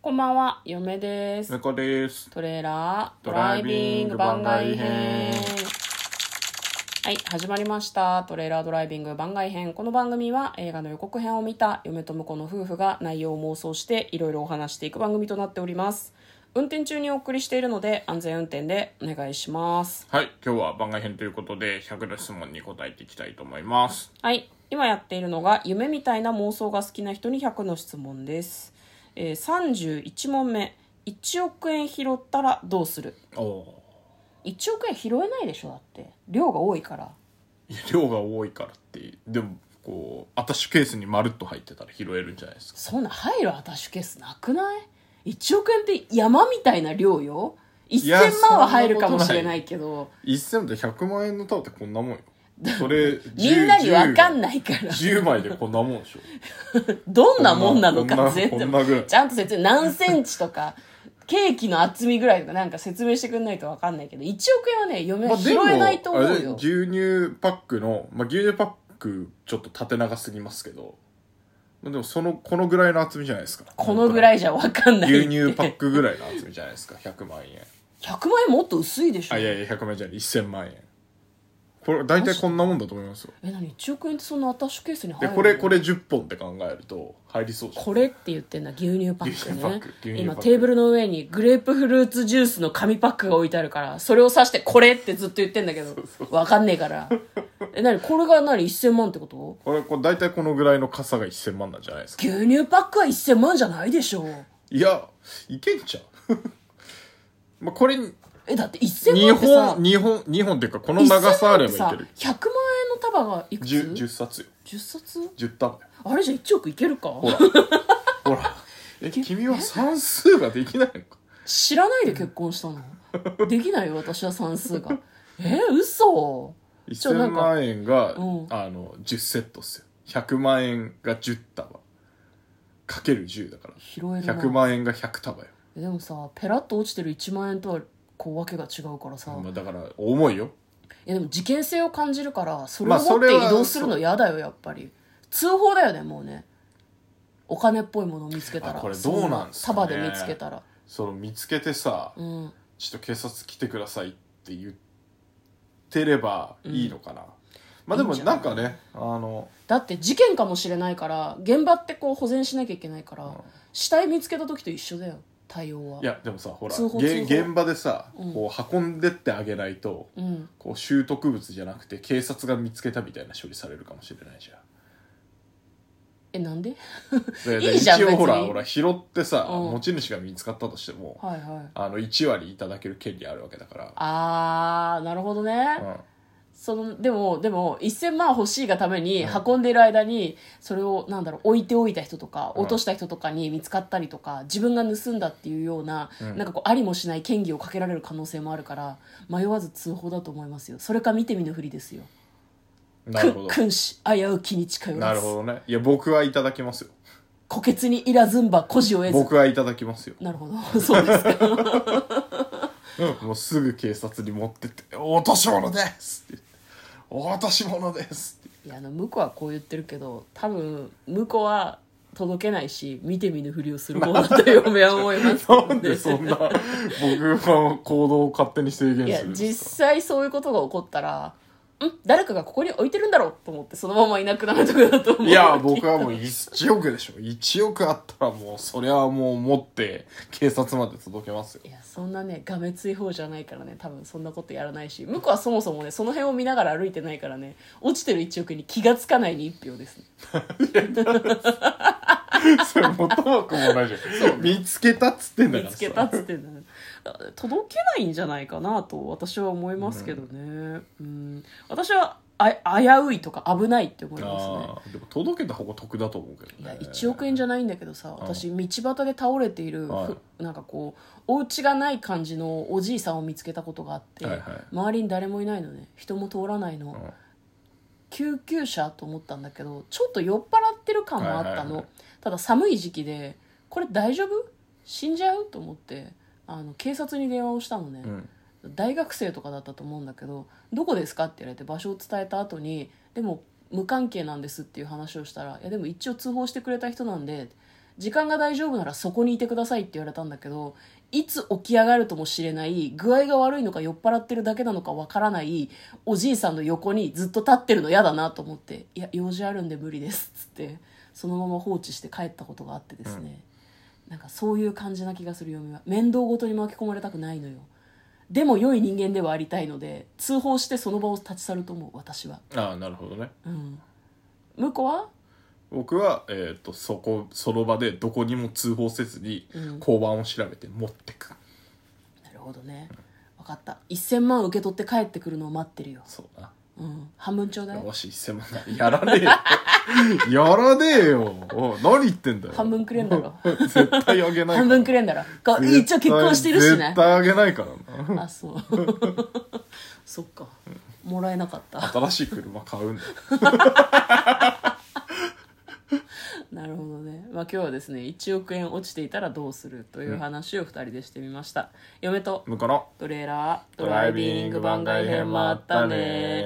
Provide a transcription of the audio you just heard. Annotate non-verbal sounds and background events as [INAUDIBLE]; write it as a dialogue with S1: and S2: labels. S1: こんばんは、嫁です。
S2: 猫です。
S1: トレーラード
S2: ド
S1: ラ
S2: ラ
S1: イ
S2: イ
S1: ビ
S2: ビ
S1: ン
S2: ン
S1: グ
S2: グ
S1: 番
S2: 番
S1: 外
S2: 外
S1: 編
S2: 編。
S1: はい、始まりました。トレーラードライビング番外編。この番組は映画の予告編を見た嫁と婿の夫婦が内容を妄想していろいろお話していく番組となっております。運転中にお送りしているので安全運転でお願いします。
S2: はい、今日は番外編ということで、100の質問に答えていきたいと思います。
S1: はい今やっているのが夢みたいな妄想が好きな人に100の質問です、えー、31問目1億円拾ったらどうする
S2: おお。
S1: 1億円拾えないでしょだって量が多いから
S2: 量が多いからって、でも、こう、アタッシュケースにまるっと入ってたら拾えるんじゃないですか。
S1: そんな入るアタッシュケースなくない1億円って山みたいな量よ1000
S2: や
S1: 万は入るかもしれないけど
S2: 1000で100万円の束ってこんなもんよ。それ、
S1: みんなに分かん
S2: な
S1: な
S2: い。
S1: いから
S2: 10枚でこんなもんで [LAUGHS] しょ。
S1: どんなもんなの
S2: こん
S1: か
S2: な
S1: 全然
S2: こんなぐらい
S1: ちゃんと説明何センチとかケーキの厚みぐらいとかなんか説明してくんないと分かんないけど1億円はね嫁は拾えないと思
S2: あれ
S1: う
S2: で
S1: よ
S2: 牛乳パックの、まあ、牛乳パックちょっと縦長すぎますけど、まあでもその、このぐらいの厚みじゃないですか。
S1: このぐら
S2: い。
S1: いじゃ分かんない
S2: 牛乳パックぐらいの厚みじゃないですか、100万円。
S1: 100万円もっと薄いでしょ
S2: あいやいや100万円じゃない1000万円これ大体こんなもんだと思いますよ
S1: え何1億円ってそんなアタッシュケースに入
S2: で
S1: るの
S2: これこれ10本って考えると入りそうじゃん
S1: これって言ってんだ牛乳パック
S2: 牛乳パッ
S1: ね
S2: ク牛乳パック
S1: 今テーブルの上にグレープフルーツジュースの紙パックが置いてあるからそれを指してこれってずっと言ってんだけど分かんねえからえ何これが何1000万ってこと
S2: これこれ大体このぐらいの傘が1000万なんじゃないですか
S1: 牛乳パックは1000万じゃないでしょ
S2: いやいけん [LAUGHS] ちゃうまあこれ2
S1: えだって1000万ってさ
S2: 本2本2本っていうかこの長さあればいける
S1: 100万円の束がいくつ
S2: 10, 10冊よ
S1: 10冊
S2: 10束よ
S1: あれじゃ1億いけるか
S2: ほらほらえ君は算数ができないのか
S1: 知らないで結婚
S2: [LAUGHS]
S1: したのできないよ私は算数がえ嘘ちょな
S2: 1000
S1: んか
S2: 万円が、
S1: うん
S2: あの10セットっすよ100万円が10束かける10だから
S1: 拾えるな
S2: 100万円が100束よ、
S1: でもさペラッと落ちてる1万円とはこうわけが違うからさ、
S2: ま
S1: い
S2: あ、だから重いよ
S1: やでも事件性を感じるからそれ
S2: ま
S1: を
S2: あそ
S1: 持っ
S2: れ
S1: て
S2: は
S1: 移動するの嫌だよやっぱり通報だよねもうねお金っぽいものを見つけたら
S2: あこれどうなんすか
S1: そ束
S2: ね
S1: で見つけたら
S2: その見つけてさ、
S1: うん
S2: ちょっと警察来てくださいって言ってればいいのかな、まあでも
S1: いいんじゃな
S2: ないんかねあの
S1: だって事件かもしれないから現場ってこう保全しなきゃいけないから、死体見つけた時と一緒だよ対応はい
S2: やでもさほら
S1: 通報
S2: げ
S1: 通報
S2: 現場でさ、
S1: うん
S2: こう運んでってあげないと
S1: うん
S2: こう拾得物じゃなくて警察が見つけたみたいな処理されるかもしれないじゃん
S1: えなんで [LAUGHS]
S2: で
S1: いいじゃん
S2: 一応ほら
S1: 別に
S2: ほら拾ってさ、
S1: うん
S2: 持ち主が見つかったとしても、
S1: はいはい
S2: あの1割いただける権利あるわけだから
S1: あーなるほどね、
S2: うん
S1: そのでもでも1000万欲しいがために運んでいる間にそれをなんだろう置いておいた人とか
S2: うん
S1: 落とした人とかに見つかったりとか自分が盗んだっていうような
S2: うん
S1: なんかこうありもしない嫌疑をかけられる可能性もあるから迷わず通報だと思いますよそれか見て見ぬふりですよ
S2: なるほ
S1: く君子危うきに近
S2: ど
S1: 寄
S2: な
S1: ら
S2: る
S1: ず
S2: ほどねいや僕はいただきますよ
S1: 虎穴にいらずんば孤児を得ず
S2: 僕はいただきますよ、
S1: なるほど [LAUGHS] そうですか
S2: もうすぐ警察に持ってって「落とし物です!」って「落とし物です!」って
S1: いやあの向こうはこう言ってるけど多分向こうは届けないし見て見ぬふりをする方だと嫁は思いますけどね
S2: なんでそんな僕の行動を勝手に制限
S1: いや
S2: するん
S1: 実
S2: ですか
S1: 際そういうことが起こったらん誰かがここに置いてるんだろうと思ってそのままいなくなるとこだと思う
S2: いや僕はもう1億でしょ1億あったらもうそれはもう持って警察まで届けますよ
S1: [LAUGHS] いやそんなねがめつい方じゃないからね多分そんなことやらないし向こうはそもそもねその辺を見ながら歩いてないからね落ちてる1億に気がつかないに1票ですね
S2: それもともくもないじゃん見つけたっつってんだ
S1: 見
S2: から
S1: つ
S2: さ
S1: けたっつってんだね届けないんじゃないかなと私は思いますけどねうん私はあ危ういとか危ないって思いますね
S2: あーでも届けた方が得だと思うけど
S1: いや
S2: ね
S1: 1億円じゃないんだけどさ私道端で倒れている、ふ
S2: は
S1: なんかこうお家がない感じのおじいさんを見つけたことがあって、
S2: はいはい
S1: 周りに誰もいないのね人も通らないの、
S2: ん
S1: 救急車と思ったんだけどちょっと酔っ払ってる感もあったの、
S2: はいはいはい
S1: ただ寒い時期でこれ大丈夫死んじゃうと思ってあの警察に電話をしたのね、
S2: うん
S1: 大学生とかだったと思うんだけど「どこですか?」って言われて場所を伝えた後に「でも無関係なんです」っていう話をしたら「いやでも一応通報してくれた人なんで時間が大丈夫ならそこにいてくださいって言われたんだけどいつ起き上がるともしれない具合が悪いのか酔っ払ってるだけなのかわからないおじいさんの横にずっと立ってるの嫌だなと思って「いや用事あるんで無理です」っつってそのまま放置して帰ったことがあってですね、なんかそういう感じな気がする嫁は面倒ごとに巻き込まれたくないのよでも良い人間ではありたいので通報してその場を立ち去ると思う私は
S2: ああなるほどね
S1: うん向こうは
S2: 僕は、えー、とそこその場でどこにも通報せずに
S1: うん
S2: 交番を調べて持ってく、
S1: なるほどね分かった1000万受け取って帰ってくるのを待ってるよ、
S2: そうな
S1: うん、半分ちょうだい
S2: よし1000万円やらね
S1: [LAUGHS]
S2: えよやらねえよおい何言ってんだよ
S1: 半分くれんだ
S2: [LAUGHS]
S1: ろ
S2: 絶対あげない
S1: 半分くれんだろこう一応結婚してるしね
S2: 絶対あげないからな
S1: あそう [LAUGHS] そっかもらえなかった
S2: 新しい車買うん
S1: [LAUGHS]
S2: だ
S1: なるほどね、まあ、今日はですね1億円落ちていたらどうするという話を2人でしてみました、嫁と
S2: 向こうの
S1: トレーラード
S2: ドライビング番外編もあったね